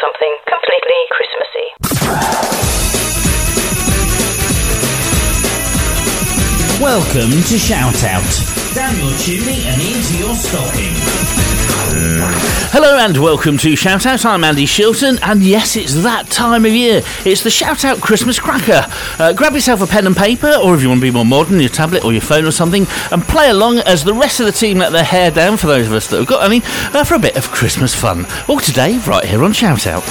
something completely Christmassy. Welcome to Shout Out. Down your chimney and into your stocking. Hello and welcome to Shout Out. I'm Andy Shilton, and yes, it's that time of year. It's the Shout Out Christmas Cracker. Uh, grab yourself a pen and paper, or if you want to be more modern, your tablet or your phone or something, and play along as the rest of the team let their hair down, for those of us that have got any, uh, for a bit of Christmas fun. All today, right here on Shout Out.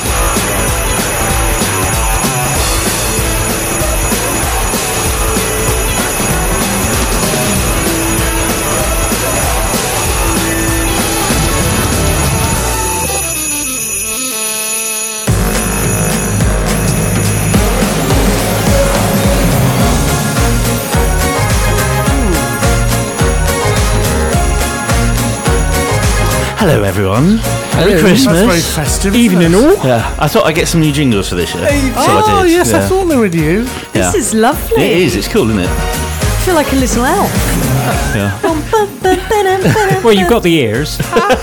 Hello, everyone. Merry Hello. Christmas. That's very festive. Even in all. Yeah, I thought I'd get some new jingles for this year. So Oh, I did. yes, yeah. I thought they were new. Yeah. This is lovely. It is. It's cool, isn't it? I feel like a little elf. Well, you've got the ears. Nearly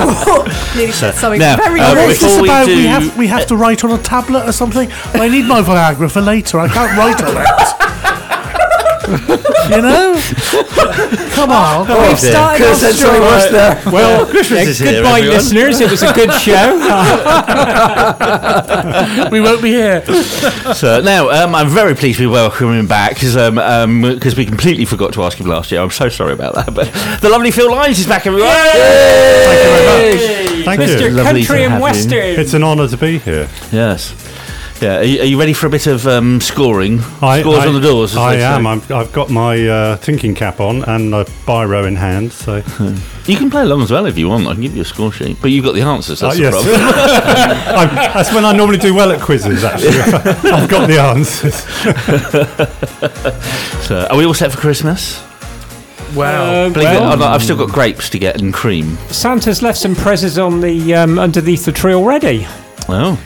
Oh, said something now, very uh, naughty. What's this before we about? do- have we have to write on a tablet or something. I need my Viagra for later. I can't write on that. you know? Come on. Oh, We've uh, started off strong. Well, Christmas is here. Goodbye, everyone. listeners. It was a good show. We won't be here. So now, um, I'm very pleased to be welcoming back because um, um 'cause we completely forgot to ask him last year. I'm so sorry about that. But the lovely Phil Lyons is back, everyone. Thank you very much. Thank Mr. you. Lovely to Country have and you. Western. It's an honour to be here. Yes. Yeah. Are you, are you ready for a bit of um, scoring? I, Scores I- on the doors. as I they say. am. I'm, I've got my uh, thinking cap on and a biro in hand. So You can play along as well if you want. I can give you a score sheet, but you've got the answers. That's Uh, the yes. problem. I'm, that's when I normally do well at quizzes. Actually, I've got the answers. So, are we all set for Christmas? Wow. Uh, Believe it or well, not, I've still got grapes to get and cream. Santa's left some presents on the um, underneath the tree already. Oh,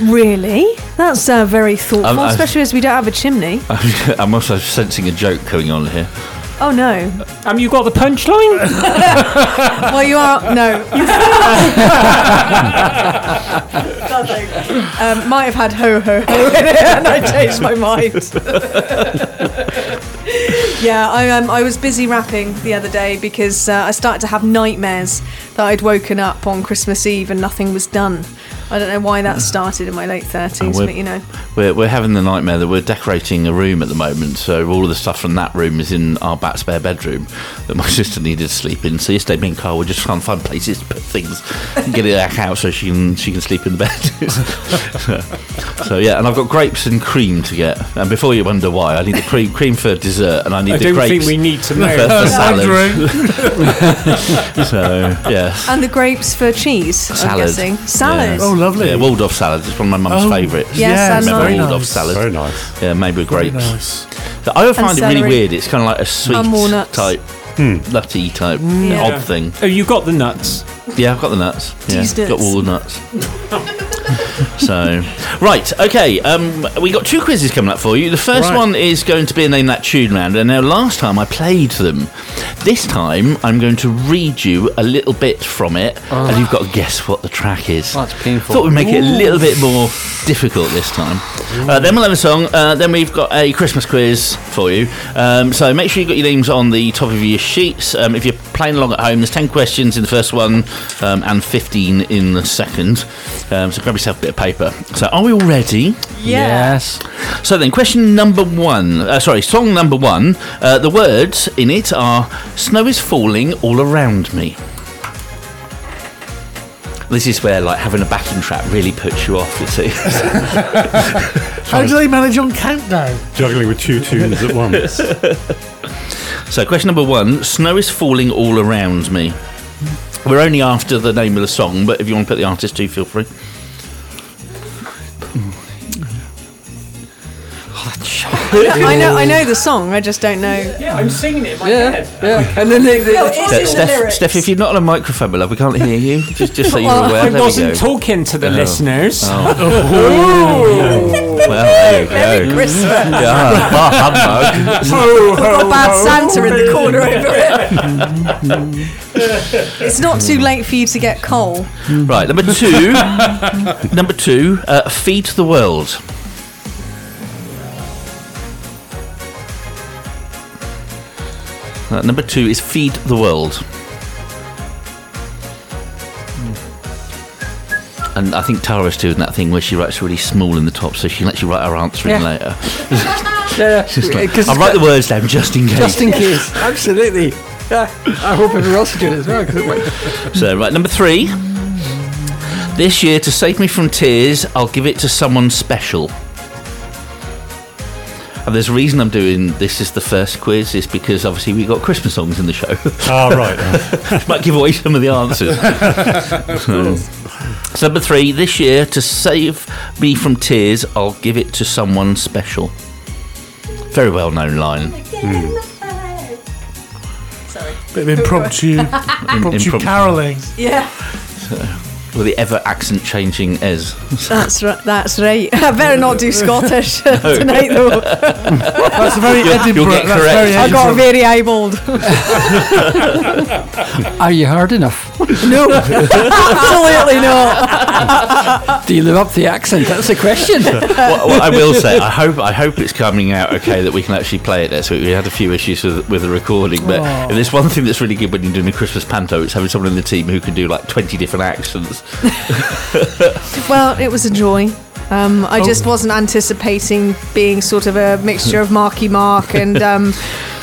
Really? That's uh, very thoughtful, Um, I- Uh, especially as we don't have a chimney. I'm also sensing a joke going on here. Oh no. Um, you got the punchline? Well, you are no. Nothing. Um, might have had ho ho ho in it, and I changed my mind. yeah, I um, I was busy rapping the other day because uh, I started to have nightmares that I'd woken up on Christmas Eve and nothing was done. I don't know why that started in my late And thirties, we're- but you know. We're, we're having the nightmare that we're decorating a room at the moment, so all of the stuff from that room is in our back spare bedroom that my sister needed to sleep in. So yesterday, me and Carl were just trying to find places to put things and get it back out so she can she can sleep in the bed. so, so, yeah, and I've got grapes and cream to get. And before you wonder why, I need the cream cream for dessert, and I need I the don't grapes think we need for, to for know. Uh, salad. So yes. And the grapes for cheese, Salad. I'm guessing. Salad. Yeah. Oh, lovely. Yeah, Waldorf salad is one of my mum's Oh, favourites. yes, I I remember Very Waldorf nice. salad. Very nice. Yeah, made with Very grapes. nice. So I find it really celery. weird. It's kind of like a sweet And walnuts. type, nutty type, Yeah. odd thing. Oh, you got the nuts. Yeah, I've got the nuts. Yeah, These nuts. got walnuts. so, right, okay. Um, we got two quizzes coming up for you. The first Right. one is going to be a name that tune round. And now, last time I played them. This time I'm going to read you a little bit from it, and you've got to guess what the track is. That's painful. Thought we'd make it a little bit more difficult this time. Uh, then we'll have a song. Uh, then we've got a Christmas quiz for you. Um, so make sure you've got your names on the top of your sheets. Um, if you're playing along at home, there's 10 questions in the first one um, and 15 in the second. Um, so grab yourself a bit of paper. So are we all ready? Yes. So then, question number one. Uh, sorry, song number one. Uh, the words in it are "Snow is falling all around me." This is where like having a backing track really puts you off. You see, How do they manage on Countdown? Juggling with two tunes at once. so question number one: "Snow is falling all around me." We're only after the name of the song, but if you want to put the artist too, feel free. I know I know the song, I just don't know. Yeah, I'm singing it in my Yeah. Yeah. And then they, they, it is in the Steph, lyrics. Steph, if you're not on a microphone, my love, we can't hear you. Just, just so you're Well, aware. I There we wasn't go. talking to Oh. the listeners. Well, there you Merry go. Christmas. Yeah, bah, humbug. We've got Bad Santa in the corner over it. It's not too late for you to get coal. Right, number two. number two, uh, feed the world. Uh, number two is feed the world. And I think Tara's doing that thing where she writes really small in the top so she can actually write her answer in Yeah. later. Yeah, Just like, 'cause I'll write the words down just in case. Just in case, absolutely. Yeah, I hope everyone else is doing it as well. 'cause it might- So, right, number three. This year, to save me from tears, I'll give it to someone special. And there's a reason I'm doing this is the first quiz is because obviously we got Christmas songs in the show. Ah, right. Might give away some of the answers. Um, so, number three. This year, to save me from tears, I'll give it to someone special. Very well known line. Bit of impromptu, impromptu Impromptu. caroling. Yeah, With the ever accent changing S. that's right. That's right. I better not do Scottish tonight though. That's a very You'll- you'll Edinburgh. get that's correct. very I Edinburgh. got very eyeballed. Are you hard enough? No, absolutely not. Do you live up to the accent? That's the question. what, what I will say, I hope I hope it's coming out okay that we can actually play it next week. We had a few issues with, with the recording, but if there's one thing that's really good when you're doing a Christmas panto, it's having someone in the team who can do like 20 different accents. Well, it was a joy. Um, I just Oh. wasn't anticipating being sort of a mixture of Marky Mark and um,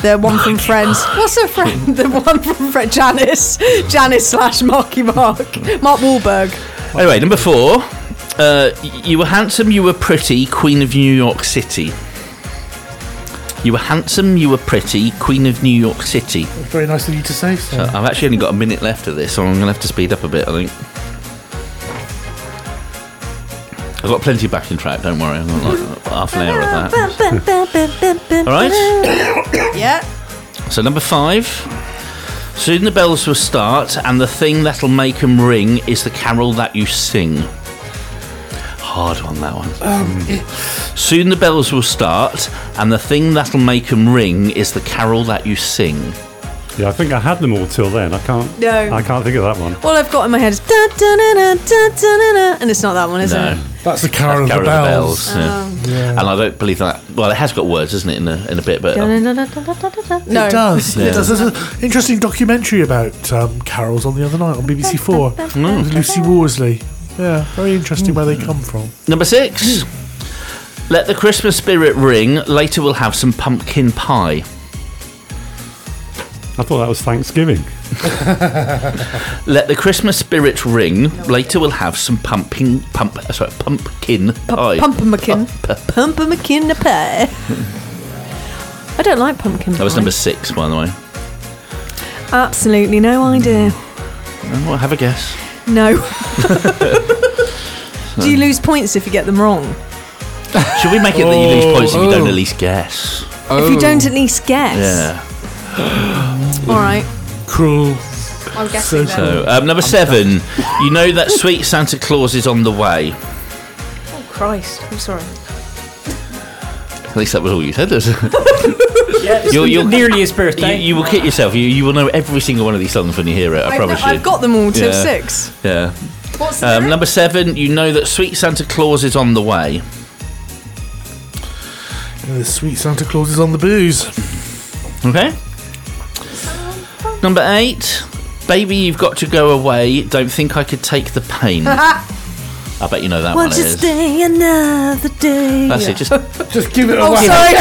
the one from Friends. What's her friend? The one from Friends, Janice. Janice slash Marky Mark. Mark Wahlberg. Anyway, number four. Uh, y- you were handsome, you were pretty, Queen of New York City. You were handsome, you were pretty, Queen of New York City. Very nice of you to say so. Uh, I've actually only got a minute left of this, so I'm going to have to speed up a bit, I think. I've got plenty of backing track, don't worry. I've got like half an hour of that. All right, Yeah. so number five. Soon the bells will start, and the thing that'll make 'em ring is the carol that you sing. Hard one, that one. Um, Mm. Soon the bells will start, and the thing that'll make 'em ring is the carol that you sing. Yeah, I think I had them all till then. I can't. No. I can't think of that one. All I've got in my head is da da na na da da na na, and it's not that one, is No. it? That's the Carol of the Carol of the Bells. Bells. yeah. And I don't believe that. Well, it has got words, isn't it, in a, in a bit, but. um, No. It does. It does. There's an interesting documentary about um, carols on the other night on BBC Four Mm. with Lucy Worsley. Yeah, very interesting where they come from. number six. Let the Christmas spirit ring. Later we'll have some pumpkin pie. I thought that was Thanksgiving. Let the Christmas spirit ring. Later we'll have some pumpkin pump. Sorry, pumpkin pie. Pumpamakin. Pumpamakin the pie. I don't like pumpkin pie. that was number six, by the way. Absolutely no idea. Oh, well, have a guess. No. Do you lose points if you get them wrong? Should we make it Oh, that you lose points if you don't at least guess? If you don't at least guess. Oh. Yeah. All right. Cruel. I'm guessing So- So, then. um, number seven. you know that sweet Santa Claus is on the way. Oh, Christ. I'm sorry. At least that was all you said. wasn't it? you're, you're, Nearly his You, birthday. you will kid yourself. You, you will know every single one of these songs when you hear it. I I've, promise I've you. got them all till Yeah. six. yeah. What's the Um, number seven. You know that Sweet Santa Claus is on the way. The Uh, sweet Santa Claus is on the booze. Okay. Number eight. Baby, you've got to go away. Don't think I could take the pain. I bet you know that one. Won't it you is. stay another day? That's it. Just Just give it Oh, away. sorry.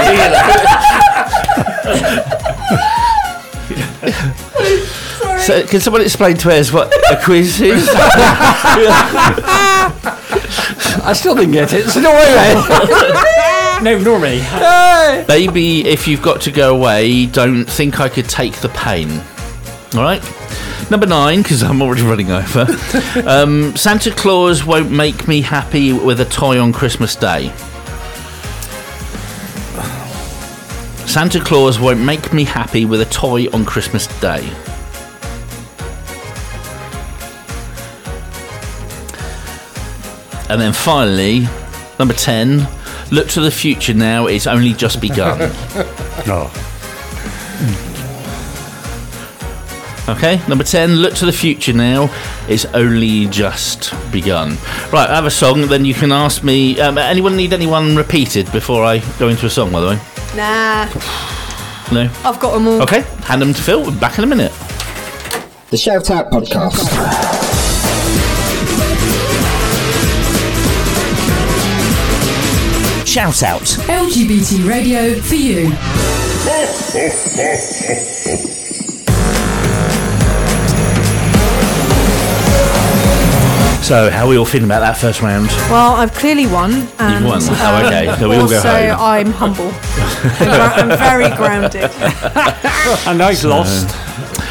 So, can someone explain to us what a quiz is? I still didn't get it. So don't worry about it. no, nor me. Baby, if you've got to go away, don't think I could take the pain. All right. Number nine, because I'm already running over. um, Santa Claus won't make me happy with a toy on Christmas Day. Santa Claus won't make me happy with a toy on Christmas Day. And then finally, number 10, look to the future now, it's only just begun. No. Okay, number 10, Look to the Future Now is only just begun. Right, I have a song, then you can ask me. Um, anyone need anyone repeated before I go into a song, by the way? Nah, No? I've got them all. Okay, hand them to Phil. We're back in a minute. The Shout Out Podcast. Shout out. LGBT radio for you. So, how are we all feeling about that first round? Well, I've clearly won. And, won. Oh, okay. So we all go Um, uh, also, home. I'm humble. I'm very grounded. And I've lost.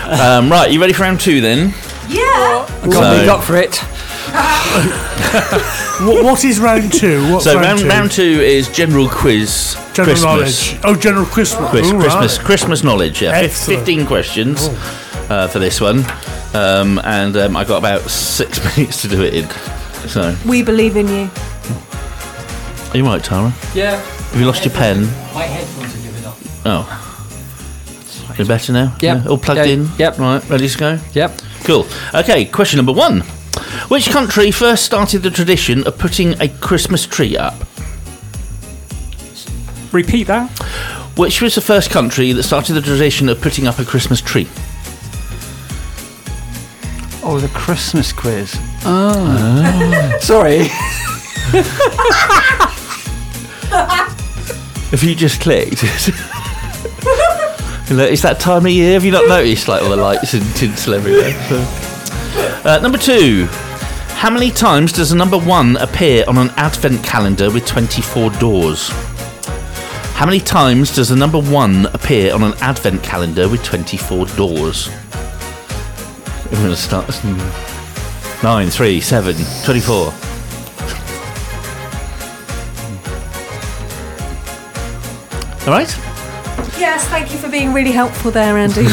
Um, right, you ready for round two then? Yeah. God, So- we got for it. What, what is round two? What's So, round, round, two? round two is general quiz. General Christmas. knowledge. Oh, general Christmas. Quiz, All right. Christmas, Christmas knowledge. Yeah, Fif- Excellent. Oh. fifteen questions uh, for this one, um, and um, I got about six minutes to do it in. So We believe in you. are you right, Tara? Yeah. Have you lost your pen? My headphones are giving up. Oh, you better now. Yep. all plugged Yeah, in. yep. right, ready to go. Yep. Cool. Okay, question number one: Which country first started the tradition of putting a Christmas tree up? Repeat that. Which was the first country that started the tradition of putting up a Christmas tree? Oh, the Christmas quiz. Ah. Oh. Sorry. If you just clicked. Look, it's that time of year. Have you not noticed, like all the lights and tinsel everywhere? uh, number two. How many times does the number one appear on an advent calendar with 24 doors? How many times does the number one appear on an advent calendar with 24 doors? I'm going to start. Nine, three, seven, 24. All right. Yes, thank you for being really helpful there, Andy.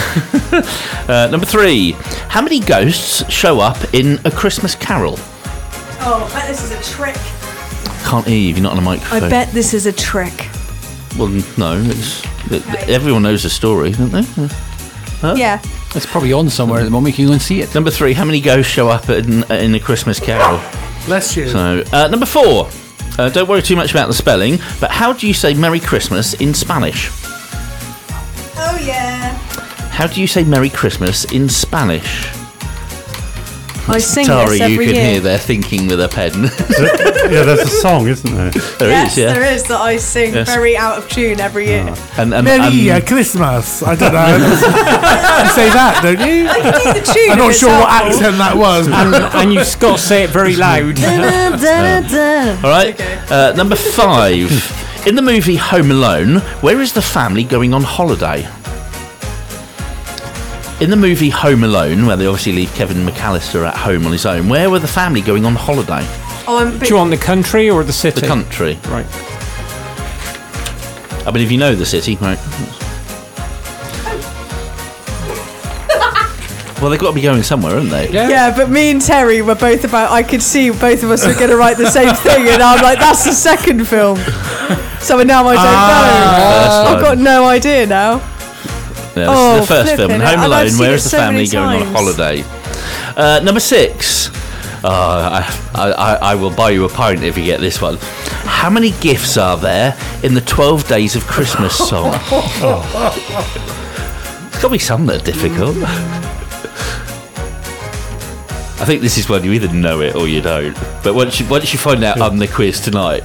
Uh, number three, how many ghosts show up in A Christmas Carol? oh, I bet this is a trick. Can't hear you, you're not on a I microphone. bet this is a trick. Well, no, it's, th- th- everyone knows the story, don't they? Yeah. It's probably on somewhere at the moment. You can go and see it. Number three, how many ghosts show up in, uh, in A Christmas Carol? Bless you. So, uh, number four, uh, don't worry too much about the spelling, but how do you say Merry Christmas in Spanish? Oh yeah. How do you say Merry Christmas in Spanish? I sing Tara, this you every can year. hear there thinking with a pen. yeah, there's a song, isn't there? there yes, is, yeah. there is that I sing Yes. Ah. very out of tune every year. And, and, Merry and- uh, Christmas. I don't know. you say that, don't you? I can do the tune. I'm if not it's sure what helpful. accent that was. And, and you've got to say it very loud. Da-da-da-da. All right. Uh, number five. In the movie Home Alone, where is the family going on holiday? In the movie Home Alone, where they obviously leave Kevin McAllister at home on his own, where were the family going on holiday? Oh, I'm a Do bit you want the country or the city? The country. Right. I mean, if you know the city, right? Oh. Well, they've got to be going somewhere, haven't they? Yeah. Yeah, but me and Terry were both about. I could see both of us were going to write the same thing, and I'm like, that's the second film. So now I don't Ah. First know. one. Uh, I've got no idea now. Yeah, this Oh, is the first film. flippin' And it. Home I've Alone, seen where it is the so family many going on times. holiday? Uh, number six. Oh, I, I, I, I will buy you a pint if you get this one. How many gifts are there in the 12 Days of Christmas song? There's got to be some that are difficult. I think this is one you either know it or you don't. But once you, once you find out on the quiz tonight,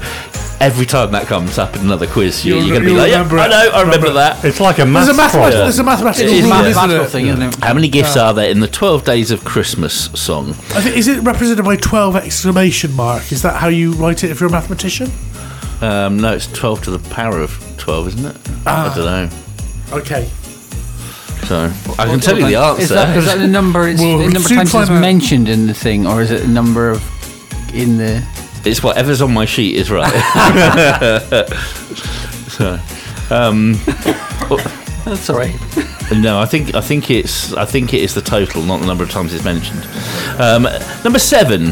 every time that comes up in another quiz, you, You'll- you're going to be you'll like, yeah, I remember it. know, I remember that. It's like a There's maths a mathematical. problem. There's a mathematical It is rule, math- isn't Mathematical it? thing, isn't it? How many gifts are there in the 12 Days of Christmas song? I think, is it represented by 12 exclamation mark? Is that how you write it if you're a mathematician? Um, no, it's 12 to the power of 12, isn't it? Ah. I don't know. Okay. So, I can tell you the answer. Is that, is that the number? It's Well, the number of soon times it's find out. mentioned in the thing, or is it the number of in the? It's whatever's on my sheet is right. so, That's all right. no, I think I think it's I think it is the total, not the number of times it's mentioned. Um, number seven.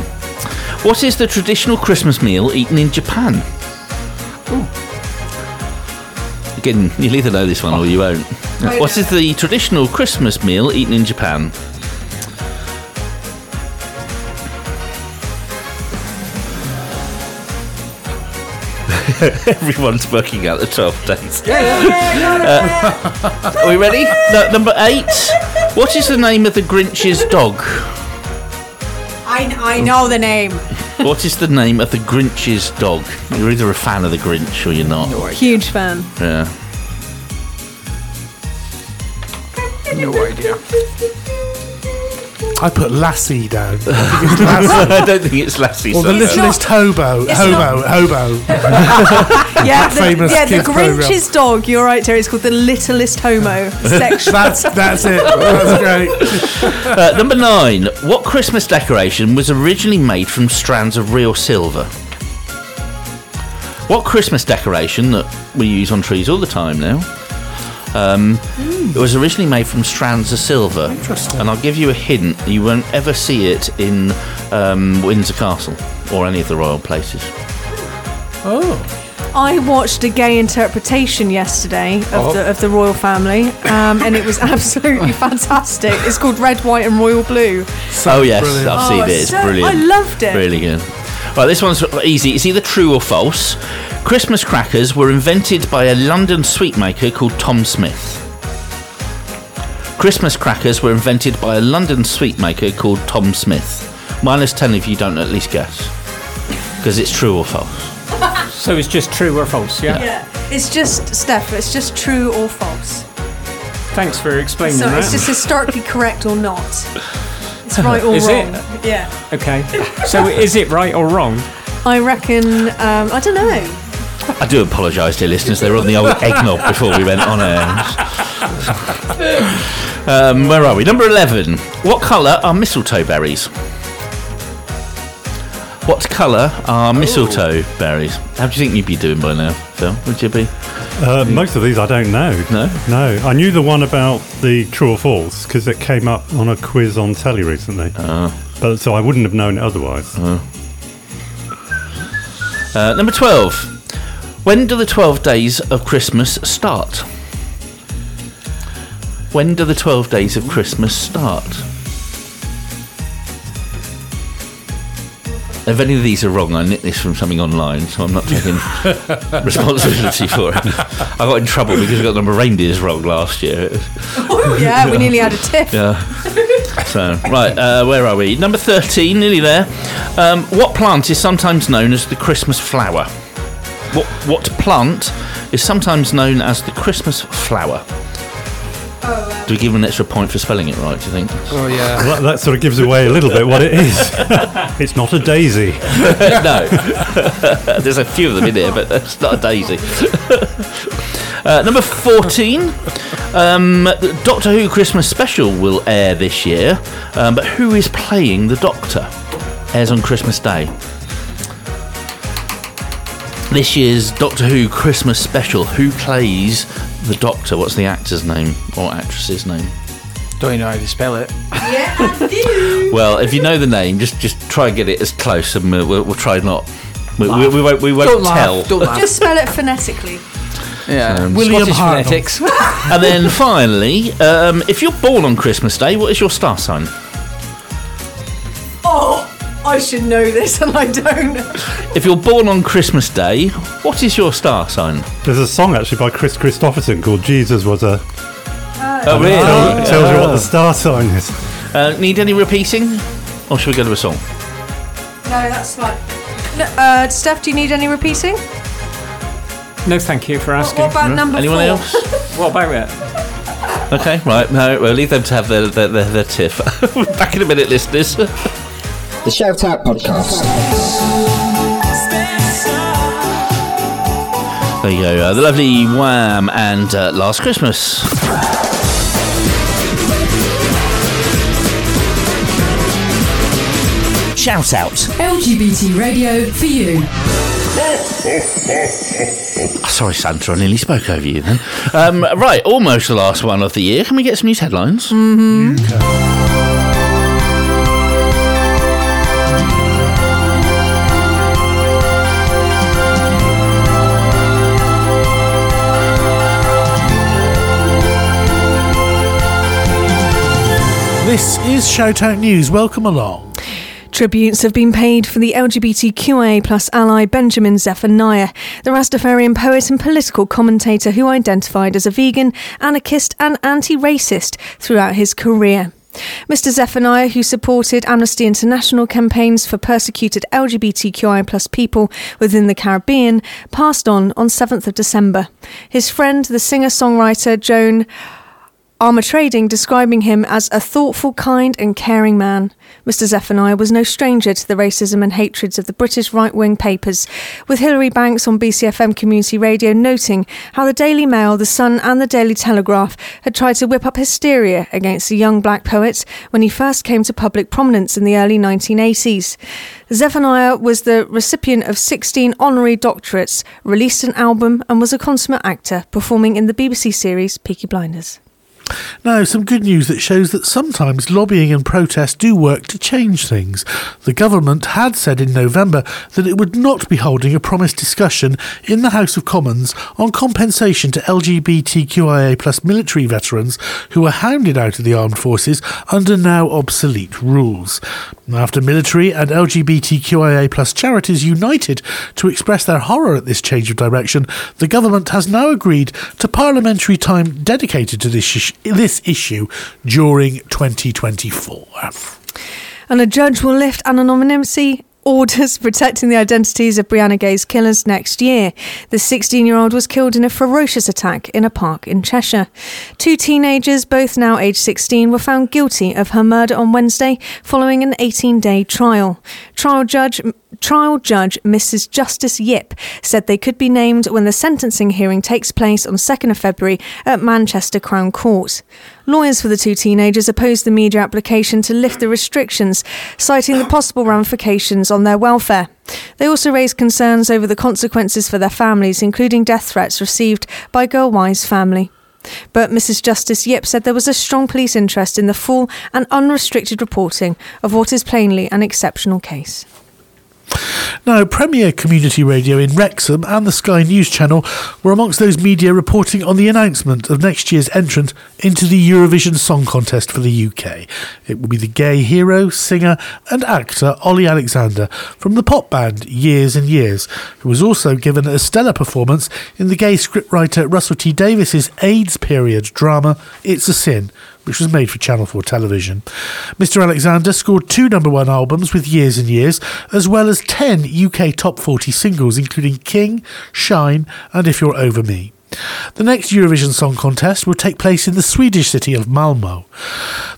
What is the traditional Christmas meal eaten in Japan? Again, you'll either know this one or you won't. What is the traditional Christmas meal eaten in Japan? Everyone's working out the 12 days. Uh, are we ready? No, number eight. What is the name of the Grinch's dog? I, I know the name. What is the name of the Grinch's dog? You're either a fan of the Grinch or you're not. Huge fan. Yeah. No idea. I put Lassie down. I don't think it's Lassie. Or so- the It's not- littlest hobo. it's Hobo. Hobo. Yeah, the, famous yeah, the kids programme. Grinch's dog. You're right, Terry. It's called the littlest homo. Section. That's that's it. That's great. Uh, number nine. What Christmas decoration was originally made from strands of real silver? What Christmas decoration that we use on trees all the time now? Um, It was originally made from strands of silver. Interesting. And I'll give you a hint: you won't ever see it in um, Windsor Castle or any of the royal places. I watched a gay interpretation yesterday of, the, of the royal family, um, and it was absolutely fantastic. It's called Red, White, and Royal Blue. oh yes, brilliant. I've Oh, seen it. it's It's so- brilliant. I loved it. Really good. Right, this one's easy. It's either true or false. Christmas crackers were invented by a London sweet maker called Tom Smith. Christmas crackers were invented by a London sweet maker called Tom Smith. Minus ten if you don't at least guess, because it's true or false. So it's just true or false, yeah? Yeah, it's just Steph. It's just true or false. Thanks for explaining So that. it's just historically correct or not. It's right or Is it? wrong. Yeah, Okay. So is it right or wrong? I reckon. Um, I don't know. I do apologise, dear listeners. They were on the old eggnog before we went on air. um, where are we? Number 11. What colour are mistletoe berries? What colour are mistletoe berries? How do you think you'd be doing by now, Phil? Would you be? Uh, most of these I don't know. No? No. I knew the one about the true or false because it came up on a quiz on telly recently. Ah. But so I wouldn't have known it otherwise. Uh, number 12. When do the 12 days of Christmas start? When do the 12 days of Christmas start? If any of these are wrong, I nicked this from something online, so I'm not taking responsibility for it. I got in trouble because I got the number of reindeers wrong last year. Oh, Yeah, we nearly had a tiff. Yeah. So, right, uh, where are we? Number 13, nearly there. Um, what plant is sometimes known as the Christmas flower? What, what plant is sometimes known as the Christmas flower? Do we give them an extra point for spelling it right, do you think? Oh yeah. Well, that, that sort of gives away a little bit what it is. it's not a daisy. no. There's a few of them in here, but that's not a daisy. uh, number 14. Um, the Doctor Who Christmas special will air this year, um, but who is playing the Doctor? Airs on Christmas Day. This year's Doctor Who Christmas special. Who plays the Doctor? What's the actor's name or actress's name? Don't even know how to spell it. Well, if you know the name, just just try and get it as close, and we'll, we'll, we'll try not. We, we, we won't. We won't Don't tell. laugh. Don't laugh. Just spell it phonetically. Yeah. William Scottish Hartnell. phonetics. And then finally, um, if you're born on Christmas Day, what is your star sign? Oh, I should know this, and I don't. If you're born on Christmas Day, what is your star sign? There's a song actually by Chris Christopherson called Jesus Was a. Oh, really? It tells you what the star sign is. Uh, need any repeating? Or should we go to a song? No, that's fine. No, uh, Steph, do you need any repeating? What- No, thank you for What, asking. about number Anyone four? else? What about it? Okay, right. No, we'll leave them to have their, their, their, their tiff. Back in a minute, listeners. The Shout Out Podcast. There you go. Uh, the lovely Wham and uh, Last Christmas. Shout Out. LGBT Radio for you. Sorry, Santa, I nearly spoke over you then. Um, right, almost the last one of the year. Can we get some news headlines? Mm. Mm-hmm. This is Shout Out News. Welcome along. Tributes have been paid for the LGBTQIA plus ally Benjamin Zephaniah, the Rastafarian poet and political commentator who identified as a vegan, anarchist, and anti racist throughout his career. Mr. Zephaniah, who supported Amnesty International campaigns for persecuted LGBTQI plus people within the Caribbean, passed on on 7th of December. His friend, the singer-songwriter Joan Armour Trading describing him as a thoughtful, kind, and caring man. Mr. Zephaniah was no stranger to the racism and hatreds of the British right wing papers, with Hilary Banks on BCFM Community Radio noting how the Daily Mail, The Sun, and the Daily Telegraph had tried to whip up hysteria against the young black poet when he first came to public prominence in the early 1980s. Zephaniah was the recipient of 16 honorary doctorates, released an album, and was a consummate actor, performing in the BBC series Peaky Blinders. Now, some good news that shows that sometimes lobbying and protest do work to change things. The government had said in November that it would not be holding a promised discussion in the House of Commons on compensation to LGBTQIA plus military veterans who were hounded out of the armed forces under now obsolete rules. After military and LGBTQIA plus charities united to express their horror at this change of direction, the government has now agreed to parliamentary time dedicated to this sh- this issue during 2024. and a judge will lift an anonymity orders protecting the identities of Brianna Gay's killers next year. The 16 year old was killed in a ferocious attack in a park in Cheshire. Two teenagers, both now aged 16, were found guilty of her murder on Wednesday following an 18 day trial. Trial judge Trial judge Mrs. Justice Yip said they could be named when the sentencing hearing takes place on 2nd of February at Manchester Crown Court. Lawyers for the two teenagers opposed the media application to lift the restrictions, citing the possible ramifications on their welfare. They also raised concerns over the consequences for their families, including death threats received by Girl Wise family. But Mrs. Justice Yip said there was a strong police interest in the full and unrestricted reporting of what is plainly an exceptional case. Now, Premier Community Radio in Wrexham and the Sky News Channel were amongst those media reporting on the announcement of next year's entrant into the Eurovision Song Contest for the UK. It will be the gay hero, singer, and actor Ollie Alexander from the pop band Years and Years, who was also given a stellar performance in the gay scriptwriter Russell T Davis's AIDS period drama It's a Sin which was made for Channel 4 television. Mr. Alexander scored two number one albums with Years and Years, as well as 10 UK top 40 singles, including King, Shine, and If You're Over Me. The next Eurovision Song Contest will take place in the Swedish city of Malmo.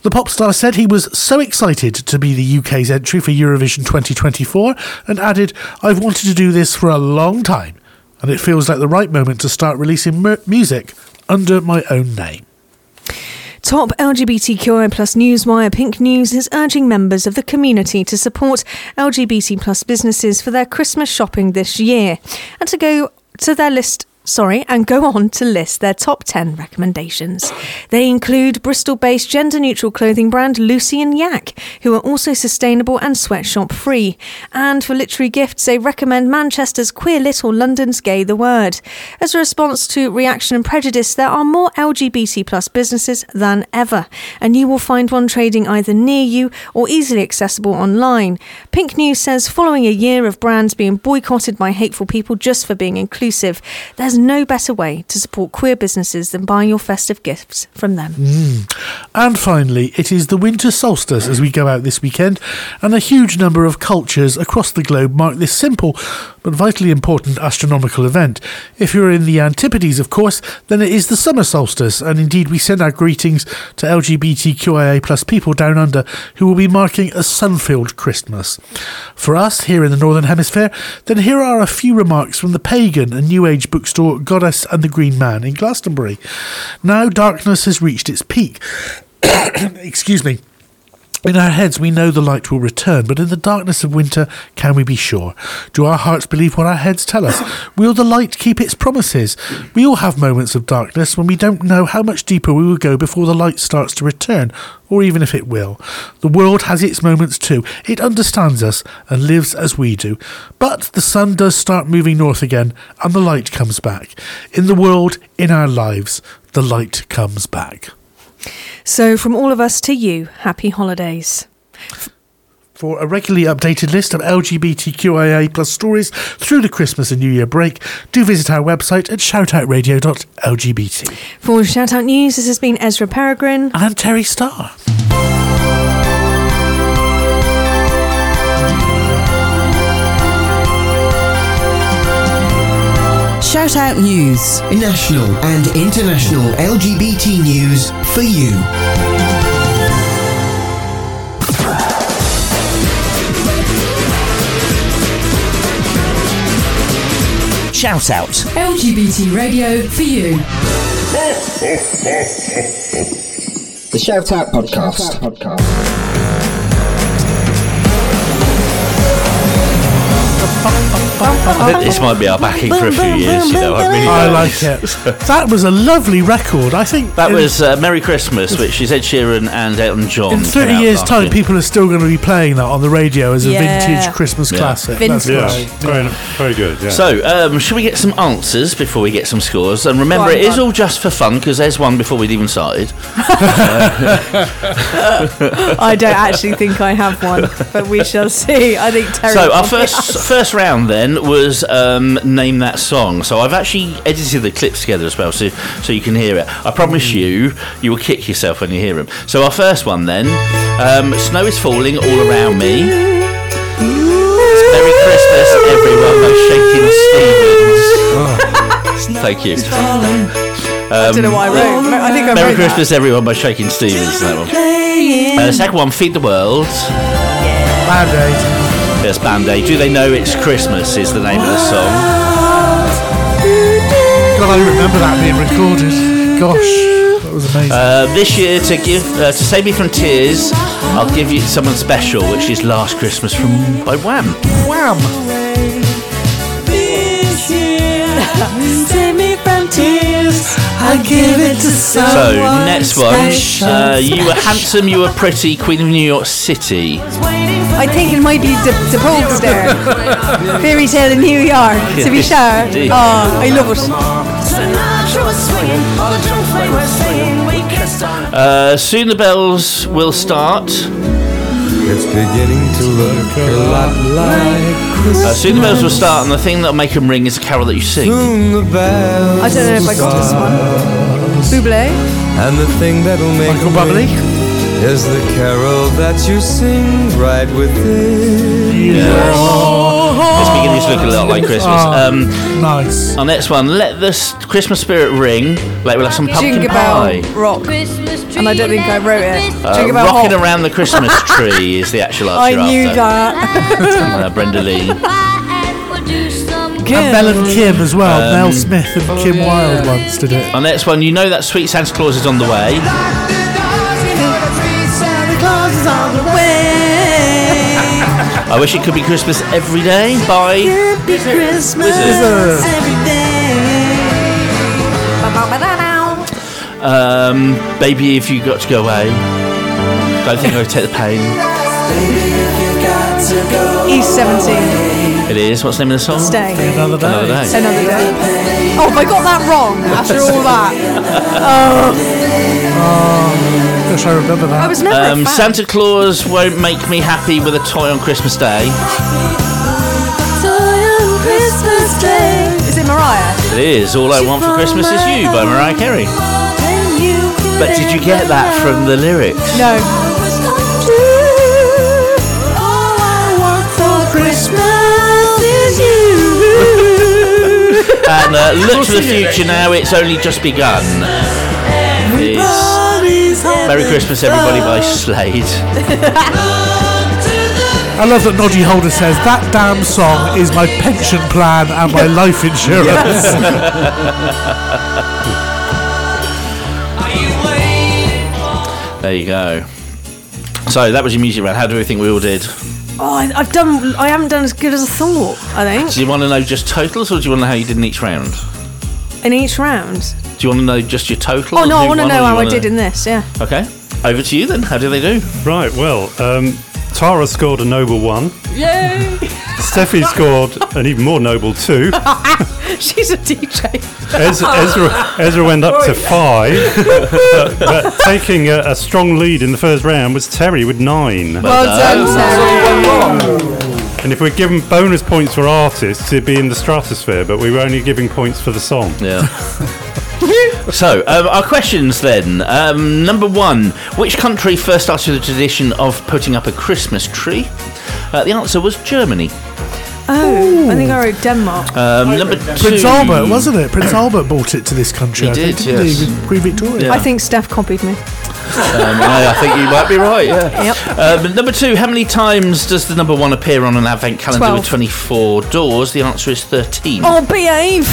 The pop star said he was so excited to be the UK's entry for Eurovision 2024 and added, I've wanted to do this for a long time, and it feels like the right moment to start releasing mu- music under my own name. Top LGBTQI plus newswire Pink News is urging members of the community to support LGBT plus businesses for their Christmas shopping this year and to go to their list. Sorry, and go on to list their top 10 recommendations. They include Bristol based gender neutral clothing brand Lucy and Yak, who are also sustainable and sweatshop free. And for literary gifts, they recommend Manchester's Queer Little, London's Gay the Word. As a response to reaction and prejudice, there are more LGBT plus businesses than ever, and you will find one trading either near you or easily accessible online. Pink News says following a year of brands being boycotted by hateful people just for being inclusive, there's no better way to support queer businesses than buying your festive gifts from them. And finally, it is the winter solstice as we go out this weekend, and a huge number of cultures across the globe mark this simple but vitally important astronomical event. If you're in the Antipodes, of course, then it is the summer solstice, and indeed we send our greetings to LGBTQIA plus people down under who will be marking a sun-filled Christmas. For us here in the Northern Hemisphere, then here are a few remarks from the pagan and New Age bookstore Goddess and the Green Man in Glastonbury. Now darkness has reached its peak Um, excuse me. In our heads, we know the light will return, but in the darkness of winter, can we be sure? Do our hearts believe what our heads tell us? Will the light keep its promises? We all have moments of darkness when we don't know how much deeper we will go before the light starts to return, or even if it will. The world has its moments too. It understands us and lives as we do. But the sun does start moving north again, and the light comes back. In the world, in our lives, the light comes back. So, from all of us to you, happy holidays. For a regularly updated list of LGBTQIA plus stories through the Christmas and New Year break, do visit our website at shoutoutradio.lgbt. For Shout Out News, this has been Ezra Peregrine. And Terry Starr. Shout Out News. National and international LGBT news for you. Shout Out. LGBT radio for you. The Shout Out Podcast. This might be our backing for a few years, you know. I really I don't- like it. That was a lovely record. I think That in- was uh, Merry Christmas, which is Ed Sheeran and Elton John. in 30 came out years' last time, year. people are still going to be playing that on the radio as a Yeah. vintage Christmas Yeah. classic. Yeah, That's right. very, very good. Yeah. So, um, should we get some answers before we get some scores? And remember, Go on, it is go on. all just for fun because there's one before we'd even started. I don't actually think I have one, but we shall see. I think Terry. So our will. first first round then was um, name that song. So I've actually edited the clips together as well, so so you can hear it. I promise you, you will kick yourself when you hear them. So our first one then, um, snow is falling all around me. It's Merry Christmas, everyone by Shaking Stevens. Thank you. um, I don't know why I wrote. but I think I Merry wrote that. Christmas, everyone by Shaking Stevens. That one. Uh, second one, Feed the World. Band-Aid. Yes, Band Aid. Do they know it's Christmas? Is the name of the song. God, I remember that being recorded. Gosh, that was amazing. Uh, this year, to give uh, to save me from tears, I'll give you someone special, which is Last Christmas from by Wham. Wham! So next one, uh, you were handsome, you were pretty, Queen of New York City. I think it might be the the Pogues there. Fairy Tale in New York, to be Yes, sure. indeed. Oh, I love it. Uh, soon the bells will start. It's beginning to look a lot like Uh, Christmas. soon the bells will start, and the thing that'll make them ring is the carol that you sing. Soon the bells I don't know if I got this one. Buble. And the thing that'll make Michael them Bublé. ring Is the carol that you sing right within It's beginning to look a lot like Christmas. Um, Nice. our next one, let the s- Christmas spirit ring. Like we'll have some pumpkin Jingle pie. Uh, Bell Rock. And I don't think I wrote it. Jingle Bell Rocking Hop. around the Christmas tree is the actual I answer. knew after. that. Uh, Brenda Lee. And Mel and Kim as well. Um, Mel Smith and Kim Wilde once did it. Our next one, you know that Sweet Santa Claus is on the way. I wish it could be Christmas every day by Wizard. Um, Baby, if you got to go away. Don't think I'll take the pain. East 17. It is. What's the name of the song? Stay. Another day. Another day. Another day. Oh, if I got that wrong after all that. Gosh, I remember I that. was never a Um, fan. Santa Claus won't make me happy with a toy on Christmas Day. Is it Mariah? It is. All I want for Christmas is you by Mariah Carey. But did you get that from the lyrics? No. And uh, look to the future now, it's only just begun. It's Merry Christmas, everybody, by Slade. I love that Noddy Holder says that damn song is my pension plan and my life insurance. There you go. So that was your music round. How do we think we all did? Oh, I, I've done. I haven't done as good as I thought. I think Do you want to know just totals, or do you want to know how you did in each round? in each round. Do you want to know just your total? Oh no, I want to know how I did in this. Yeah. Okay, over to you then. How did they do? Right, well, um, Tara scored a noble one. Steffi scored an even more noble two. She's a DJ. Ez- Ezra, Ezra went up to five, but, but taking a, a strong lead in the first round was Terry with nine. Well done, Terry. And if we're given bonus points for artists, it'd be in the stratosphere, but we were only giving points for the song. Yeah. so, um, our questions then. Um, number one, which country first started the tradition of putting up a Christmas tree? Uh, the answer was Germany. Oh, I think I wrote Denmark. Um, number two, Prince Albert, wasn't it? Prince Albert brought it to this country. He I think, did, didn't yes. he? With Queen Victoria. Yeah. I think Steph copied me. Um, I, I think you might be right. Yeah. Um, number two, how many times does the number one appear on an advent calendar Twelve. with twenty-four doors? The answer is thirteen. Oh, behave!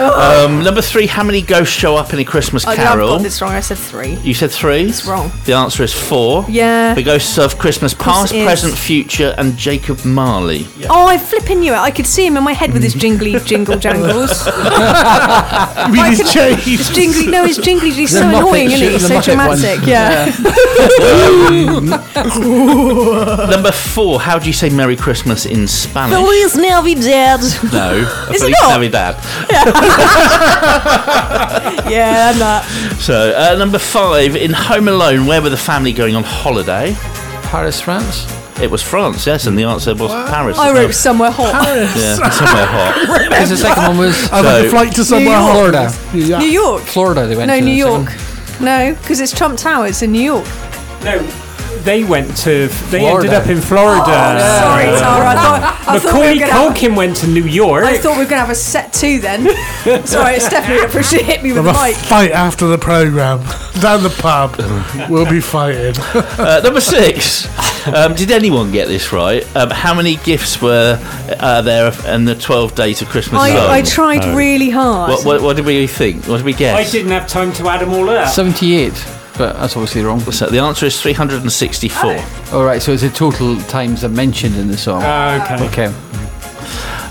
Um, number three, how many ghosts show up in a Christmas I have Carol? Oh, got this wrong. I said three. You said three. It's wrong. The answer is four. Yeah. The ghosts of Christmas course past, it is. present, future, and Jacob Marley. Oh, I flipping knew it. I could see him in my head with his jingly jingle jangles. With his I could- chains. His jingly, no, his jingly. He's so The Muppet annoying, isn't shit, he? the So Muppet one. dramatic. Yeah. Number four, how do you say Merry Christmas in Spanish? Feliz Navidad. No. Is it Feliz not? Navidad. Yeah, that. So, uh, number five, in Home Alone, where were the family going on holiday? Paris, France. It was France, yes, and the answer was Paris. I wrote somewhere hot. Yeah, somewhere hot. Because the second one was I went So- to flight to somewhere New York. hot. Florida. New York. Florida, they went No, to. New the second York. No, because it's Trump Tower. It's in New York. No, they went to. They Florida. ended up in Florida. Oh. Sorry, Tara. I thought, Oh, I thought we were Macaulay gonna have- Culkin went to New York. I thought we were going to have a set two then. Sorry, Stephanie appreciate hit me with Have the a mic. fight after the programme. Down the pub. we'll be fighting. Uh, number six, um, did anyone get this right? Um, how many gifts were uh, there in the 12 days of Christmas? alone? I, I tried really hard. what, what, what did we think? What did we I guess? didn't have time to add them all up. 78, but that's obviously wrong. So the answer is 364. All right, so it's the total times are mentioned in the song. okay. okay.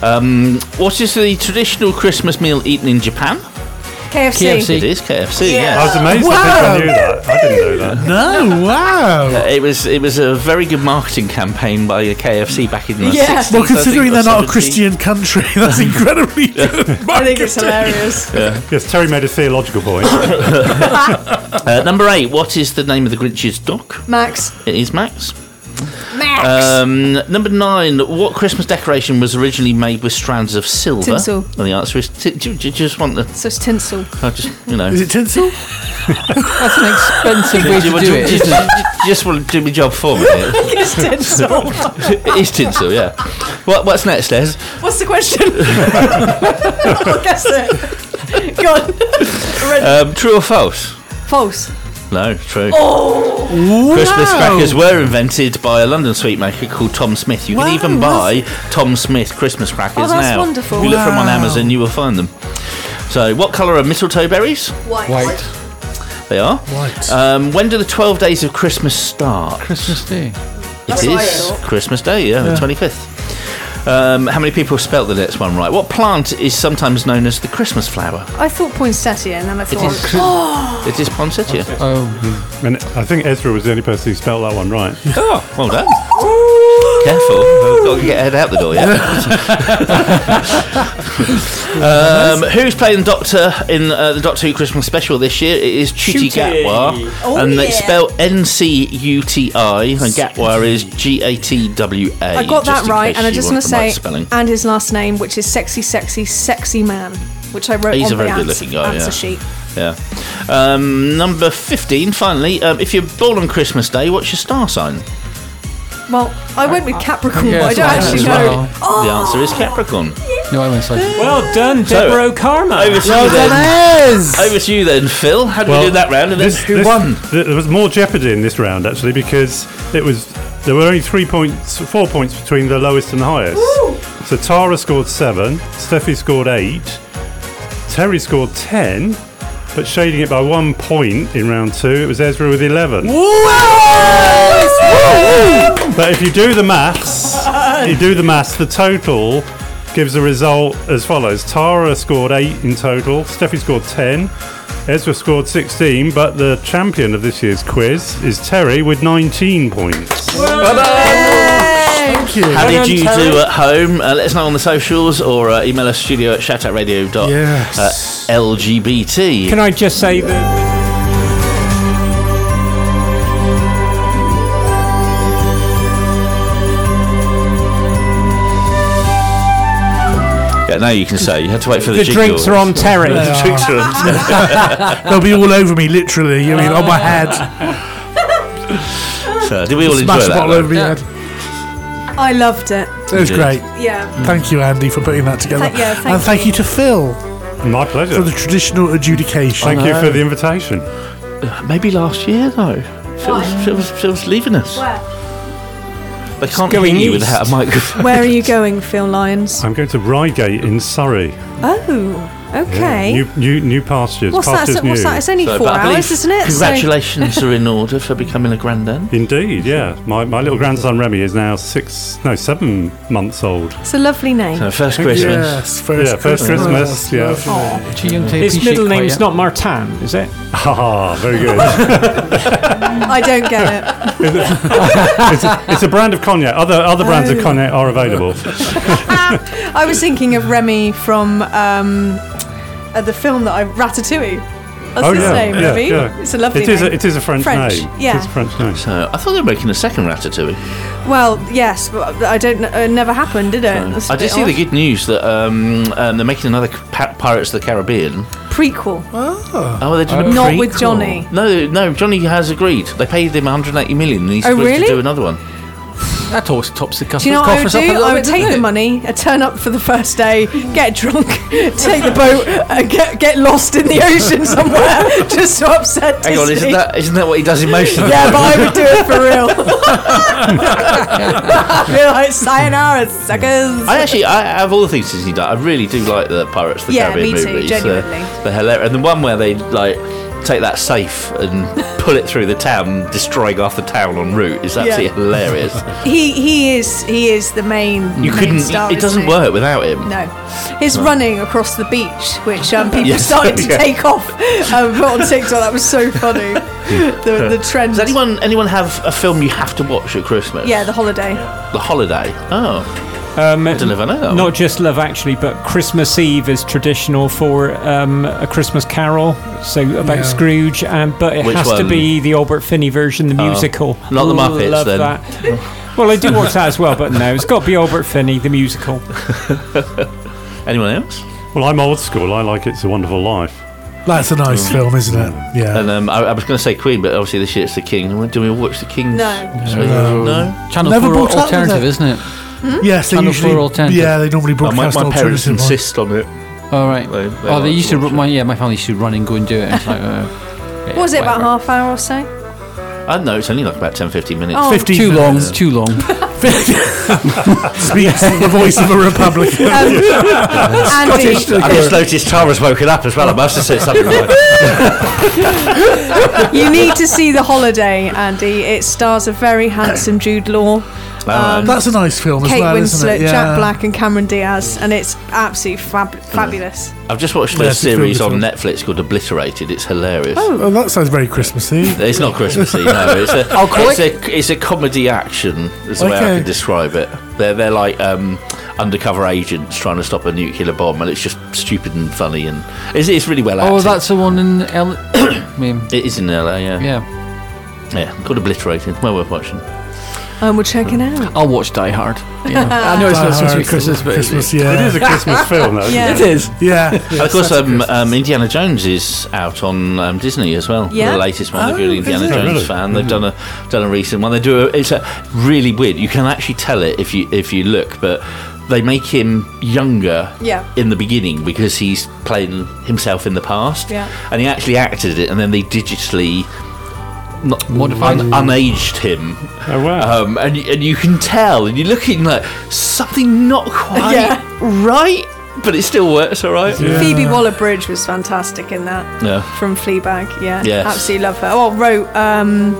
Um, what is the traditional Christmas meal eaten in Japan? KFC. KFC. It is KFC, yeah. I was amazed Wow. I people knew that. I didn't know that. No, wow. Uh, It was it was a very good marketing campaign by uh, the KFC back in the Yeah. 60s. Well, I think, considering they're or not a 70s. Christian country, that's incredibly good. I think it's hilarious. Yes, Terry made a theological point. Uh, number eight. What is the name of the Grinch's dog? Max. It is Max. Max. Um, number nine. What Christmas decoration was originally made with strands of silver? Tinsel. And the answer is. T- do, you- do you just want the? so it's tinsel. I just you know. Is it tinsel? That's an expensive way do, to do- do do- it, do- isn't it? do- do- just want to do my job for me. it's tinsel. it is tinsel, yeah. What, what's next, Les? What's the question? I'll guess it. Go on. Red. Um, true or false? False. No, true. Oh, Christmas crackers were invented by a London sweet maker called Tom Smith. You can Wow, even buy Tom Smith Christmas crackers Oh, that's now. wonderful. If you look for them on Wow. Amazon, you will find them. So, what colour are mistletoe berries? White. White. They are. Right. Um, when do the 12 days of Christmas start? Christmas Day. It what I is Christmas Day, yeah, the 25th. Um, how many people spelt the next one right? What plant is sometimes known as the Christmas flower? I thought poinsettia, and then I thought is. It is poinsettia. Oh, And I think Ezra was the only person who spelled that one right. Oh, well done. Careful, got to get her head out the door. Yeah. um, who's playing Doctor in uh, the Doctor Who Christmas special this year? It is Chuti Chuti. Gatwa, Oh, and they yeah. spell N C U T I, and Gatwa is G A T W A. "Oh, I just got that in right, case and I you just want want to the right say, spelling. and his last name, which is sexy, sexy, sexy man, which I wrote He's on a very the good answer, looking guy, answer yeah. sheet. Yeah. Um, number fifteen. Finally, um, if you're born on Christmas Day, what's your star sign? Well, I went with Capricorn, Yeah, but I it's don't like that actually as know. Oh. well. The answer is Capricorn. no, I went psychic. Well done, So- Deborah O'Karma. Over to you then. Over to you then, Phil. How did we do that round? And then this- who this- won? th- there was more jeopardy in this round actually because it was there were only three points, four points between the lowest and the highest. So Tara scored seven, Steffi scored eight, Terry scored ten, but shading it by one point in round two, it was Ezra with eleven. But if you do the maths, you do the maths, the total gives a result as follows. Tara scored 8 in total, Steffi scored 10, Ezra scored 16, but the champion of this year's quiz is Terry with 19 points. Bye-bye. you. How did you do at home? Uh, let us know on the socials or uh, email us studio at shoutoutradio.lgbt. Yes. Uh, LGBT. Can I just say that? Yeah, now you can say. You had to wait for the, The drinks jingle. are on Terry. The drinks are on Terry. They'll be all over me, literally. I mean, on my head. So, did we all Smash enjoy that? bottle though? over me head. I loved it. It was great. Yeah. Thank you, Andy, for putting that together. Thank- yeah, thank and thank you. you. to Phil. My pleasure. For the traditional adjudication. Thank you for the invitation. Maybe last year, though. Phil's, Phil's, Phil's leaving us. They can't hear going you east. without a microphone. Where are you going, Phil Lyons? I'm going to Reigate in Surrey. Oh, Yeah, okay. New, new, new pastures. What's that? pastures So- new. what's that? It's only So, four but I believe hours, isn't it? So- Congratulations are in order for becoming a grandad. Indeed, yeah. My, my little grandson Remy is now six, no, seven months old. It's a lovely name. So first Thank you. Christmas. Yes, first Yeah, first Christmas. Christmas, yeah. Lovely. Aw. It's a young tapey His chick, middle quite name's young. not Martin, is it? Ah, very good. I don't get it. it's, a, it's a brand of cognac. Other other brands Oh. of cognac are available. I was thinking of Remy from um, uh, the film that I Ratatouille. That's Oh, his name, Remy. It's a lovely name. Yeah. French name. So Uh, I thought they were making a second Ratatouille. Well, yes, but I don't. kn- It never happened, did it? That's a I did bit see the odd. good news that um, um, they're making another pa- Pirates of the Caribbean. prequel. Oh, they're doing a Not with prequel. Johnny. No, no, Johnny has agreed. They paid him 180 million. And he's Oh, agreed really? to do another one. That always tops the Do you know what I would do? I would take the money, I turn up for the first day, get drunk, take the boat, and get get lost in the ocean somewhere, just so upset. Hang on, isn't Disney. that isn't that what he does in motion? Yeah, but I would do it for real. I'd be like, sayonara, suckers. I actually, I of all the things Disney done, I really do like the Pirates of the Yeah, Caribbean me too, movies. genuinely. They're, they're hilarious. And the one where they like take that safe and pull it through the town, destroying half the town en route is Yeah. absolutely hilarious. He he is he is the main. You main couldn't. Star, it doesn't isn't he? work without him. No, his No. running across the beach, which um, people Yes. started to Yeah. take off um, put on TikTok. That was so funny. the the trend. Does anyone anyone have a film you have to watch at Christmas? Yeah, the holiday. The Holiday. Oh. Um, I don't know if I know that Not just Love Actually, but Christmas Eve is traditional for um, a Christmas Carol, so about Yeah. Scrooge, and but it Which has to one? be the Albert Finney version, the Oh, musical. not the Muppets, Love then. That. well, I do watch that as well, but no, it's got to be Albert Finney, the musical. Anyone else? Well, I'm old school. I like It's a Wonderful Life. That's a nice Mm. film, isn't it? Yeah. And um, I, I was going to say Queen, but obviously this year it's the King. Do we watch the King? No. No. Channel Never 4 brought up with alternative, it. isn't it? Yes, they Channel usually. 4 alternative. Yeah, they normally Uh, my, broadcast my parents alternative ones. insist on it. All right. They- they oh, they like used to to. Run, my, yeah, my family used to run and go and do it. It's like, uh, yeah, was it about whatever. half hour or so? I don't know. It's only like about 10, 15 minutes. Oh. 15 Too long. minutes. Too long. Speaks the voice of a republican. um, Andy. I just noticed Tara's woken up as well. I must have said something like you need to see the holiday, Andy. It stars a very handsome Jude Law. Oh, Um, That's a nice film as Kate well, isn't Winslet, it? Yeah. Jack Black, and Cameron Diaz, and it's absolutely fab- fabulous. I've just watched a Yes, it's series on really Netflix called Obliterated. It's hilarious. Oh, well, that sounds very Christmassy. It's not Christmassy, no. It's a, it's, Alcoholic? a, it's a comedy action, is the way I Okay. can describe it. They're, they're like um, undercover agents trying to stop a nuclear bomb, and it's just stupid and funny, and it's, it's really well acted. Oh, that's the one in L. mean, It is in LA, yeah. Yeah. Yeah, called Obliterated. Well worth watching. And Um, we'll check it Oh. out. I'll watch Die Hard. Yeah. I know it's not supposed to be Christmas, but Christmas, yeah. It is a Christmas film, though. isn't Yeah. It is. Yeah. And of course, um, um, Indiana Jones is out on um, Disney as well. Yeah. The latest one. If you're Oh, an Indiana is it? Jones Really? fan, they've done a done a recent one. They do a, it's a really weird. You can actually tell it if you if you look, but they make him younger Yeah. in the beginning because he's playing himself in the past. Yeah. And he actually acted it, and then they digitally. Not Modified. un- unaged him. Oh wow! Um, and y- and you can tell, and you're looking like something not quite right, but it still works, all right. Phoebe Waller Bridge was fantastic in that Yeah. from Fleabag. Yeah, Yes. absolutely love her. Oh, wrote um,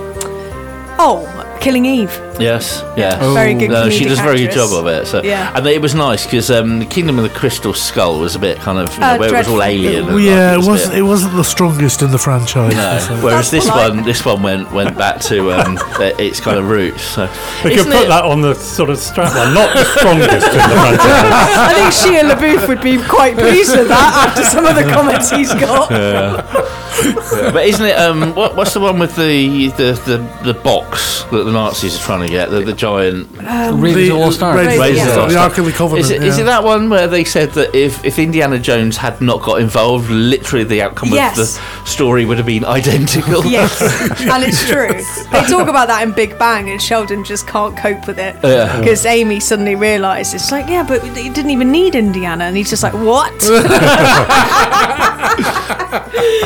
oh, Killing Eve. Yes, yeah. Oh. Very good No, she comedic does a very good actress. job of it. So, Yeah. and it was nice because um, the Kingdom of the Crystal Skull was a bit kind of you know, Uh, where it was all dreadful. alien. and, Well, like, yeah, it it was a wasn't. It wasn't the strongest in the franchise. No, So- whereas this one, this one went went back to um, its kind of roots. So We could Isn't put it- that on the sort of strapline. Not the strongest in the franchise. I think Shia LaBeouf would be quite pleased with that after some of the comments he's got. Yeah. but isn't it? Um, what, what's the one with the the, the the box that the Nazis are trying to get? The, the giant Um, Raiders of the Lost Ark. Raiders of Raiders, the yeah. Lost The Ark. Ark of the Covenant, Is it, is yeah. it that one where they said that if, if Indiana Jones had not got involved, literally the outcome Yes. of the story would have been identical? Yes, and it's true. They talk about that in Big Bang, and Sheldon just can't cope with it Yeah. because Amy suddenly realised it's like, yeah, but he didn't even need Indiana, and he's just like, what?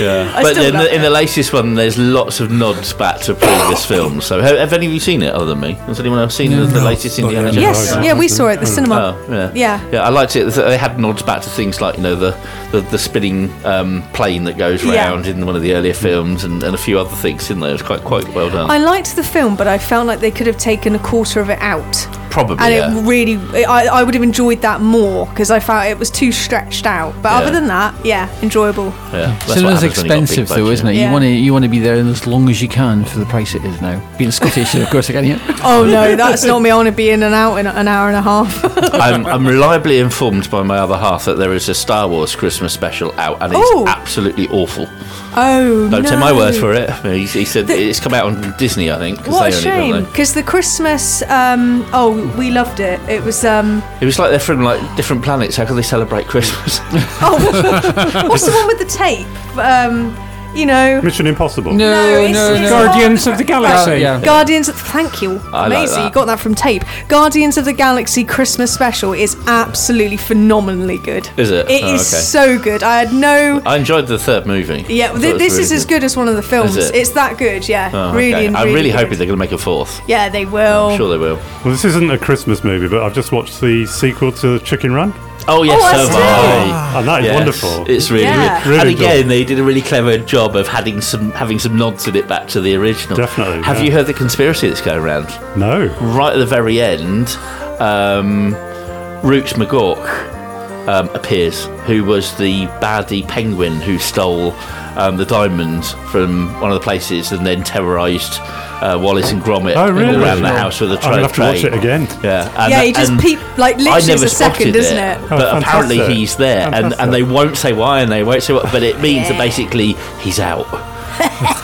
Yeah. I But still in love the, in the latest one, there's lots of nods back to previous films. So have, have any of you seen it other than me? Has anyone else seen the, the latest Indiana Jones? yes, yeah, we saw it at the cinema. Oh, yeah. Yeah. I liked it. They had nods back to things like, you know, the, the, the spinning um, plane that goes Yeah. round in one of the earlier films and, and a few other things in there. It was quite, quite well done. I liked the film, but I felt like they could have taken a quarter of it out. Probably, And yeah. it really, I, I would have enjoyed that more because I felt it was too stretched out. But other Yeah. than that, yeah, enjoyable. Yeah, that's what Cinema's happens when you've got big expensive though, budget. isn't it? Yeah. You want to you want to be there as long as you can for the price it is now. Being Scottish, of course, I can yeah. Oh no, that's not me. I want to be in and out in an hour and a half. I'm, I'm reliably informed by my other half that there is a Star Wars Christmas special out and it's Oh. absolutely awful. Oh, Don't no. take my word for it. He, he said it's come out on Disney, I think. 'cause What a they own it, don't shame! Because the Christmas, um, oh, we loved it. It was, um, they? It was like they're from like different planets. How can they celebrate Christmas? oh, what's the one with the tape? Um, you know, Mission Impossible. No, No, it's- no, it's no. Guardians of the Uh, Galaxy. Guardians. Of, thank you, I like amazing. that. You got that from tape. Guardians of the Galaxy Christmas special is absolutely phenomenally good. Is it? It is Oh, okay. so good. I had no. I enjoyed the third movie. I Yeah, thought th- it was this really is as good as one of the films. Is it? It's that good. Yeah, Oh, really, okay. and I'm really. really good. Oh. hoping they're going to make a fourth. Yeah, they will. I'm sure they will. Well, this isn't a Christmas movie, but I've just watched the sequel to Chicken Run. Oh yes, Oh, I so see. have I. Ah, and that is Yes, wonderful. It's really, Yeah. really, and Really good. again they did a really clever job of having some having some nods in it back to the original. Definitely, Have yeah. you heard the conspiracy that's going around? No. Right at the very end, um, Roots McGawk um, appears, who was the baddie penguin who stole um, the diamonds from one of the places and then terrorised uh, Wallace and Gromit Oh, really? all around the house with a I'm train. gonna have to watch it again. Yeah, and- yeah, you just and- peep like literally I never it's a second, spotted is isn't it? But Oh, apparently fantastic. he's there, and, and they won't say why, and they won't say what. But it means that Yeah. basically he's out,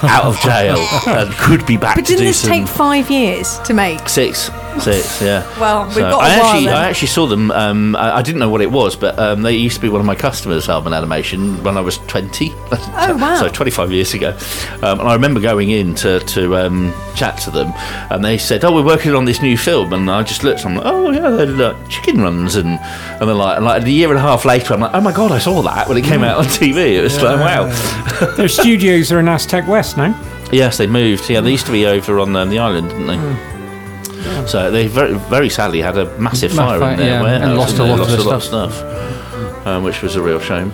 out of jail, and could be back But to didn't do this some take five years to make? six, six. Yeah. Well, we've got a I while actually, then. I actually saw them. Um, I, I didn't know what it was, but um, they used to be one of my customers, Harman Animation, when I was twenty. Oh, wow. so twenty-five years ago, um, and I remember going in to to um, chat to them, and they said, "Oh, we're working on this new film," and I just looked, and I'm like, "Oh yeah, they did like chicken runs," and and they're like, and like a year and a half later, I'm like, "Oh my god, I saw that when it Hmm. came out on TV." It was like, "Wow." Their studios are in Aztec West now. Yes, they moved. Yeah, they used to be over on um, the island, didn't they? So they very, very sadly had a massive Hmm. Ma- fire fire, in their yeah, warehouse and lost didn't they? a lot of lost their a lot of stuff, um, which was a real shame.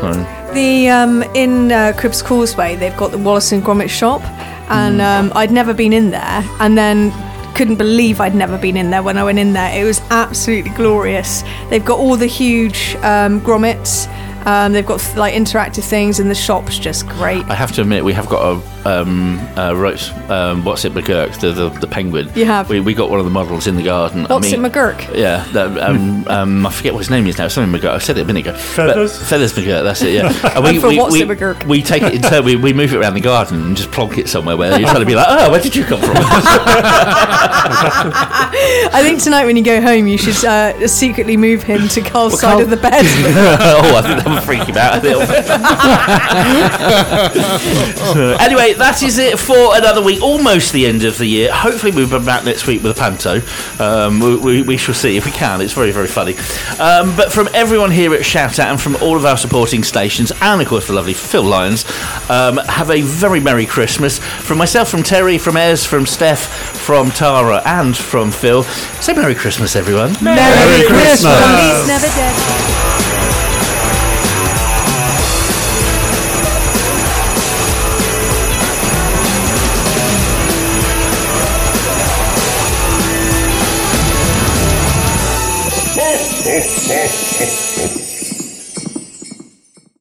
So, The um, in uh, Cribs Causeway, they've got the Wallace and Gromit shop, Mm. and um, I'd never been in there, and then couldn't believe I'd never been in there when I went in there. It was absolutely glorious. They've got all the huge um, grommets. Um, they've got like interactive things, and the shop's just great. I have to admit, we have got a, um, a Roach, um, what's it, McGurk, the, the, the penguin. You have. We, we got one of the models in the garden. I What's it, mean- McGurk? Yeah, that, um, um, I forget what his name is now. Something McGurk. I said it a minute ago. Feathers. Feathers McGurk. That's it. Yeah. And And for what's we, it McGurk? we take it in turn. We, we move it around the garden and just plonk it somewhere where you're trying to be like, oh, where did you come from? I think tonight when you go home, you should uh, secretly move him to Carl's side of the bed. oh, I think that would freak him out a little bit. So, anyway, that is it for another week. Almost the end of the year. Hopefully, we'll be back next week with a panto. Um, we, we, we shall see if we can. It's very, very funny. Um, but from everyone here at Shout Out and from all of our supporting stations, and of course the lovely Phil Lyons, um, have a very Merry Christmas. From myself, from Terry, from Ez, from Steph, from Tara, and from Phil. Say Merry Christmas, everyone. Merry Christmas. Zombies never dead. Yes.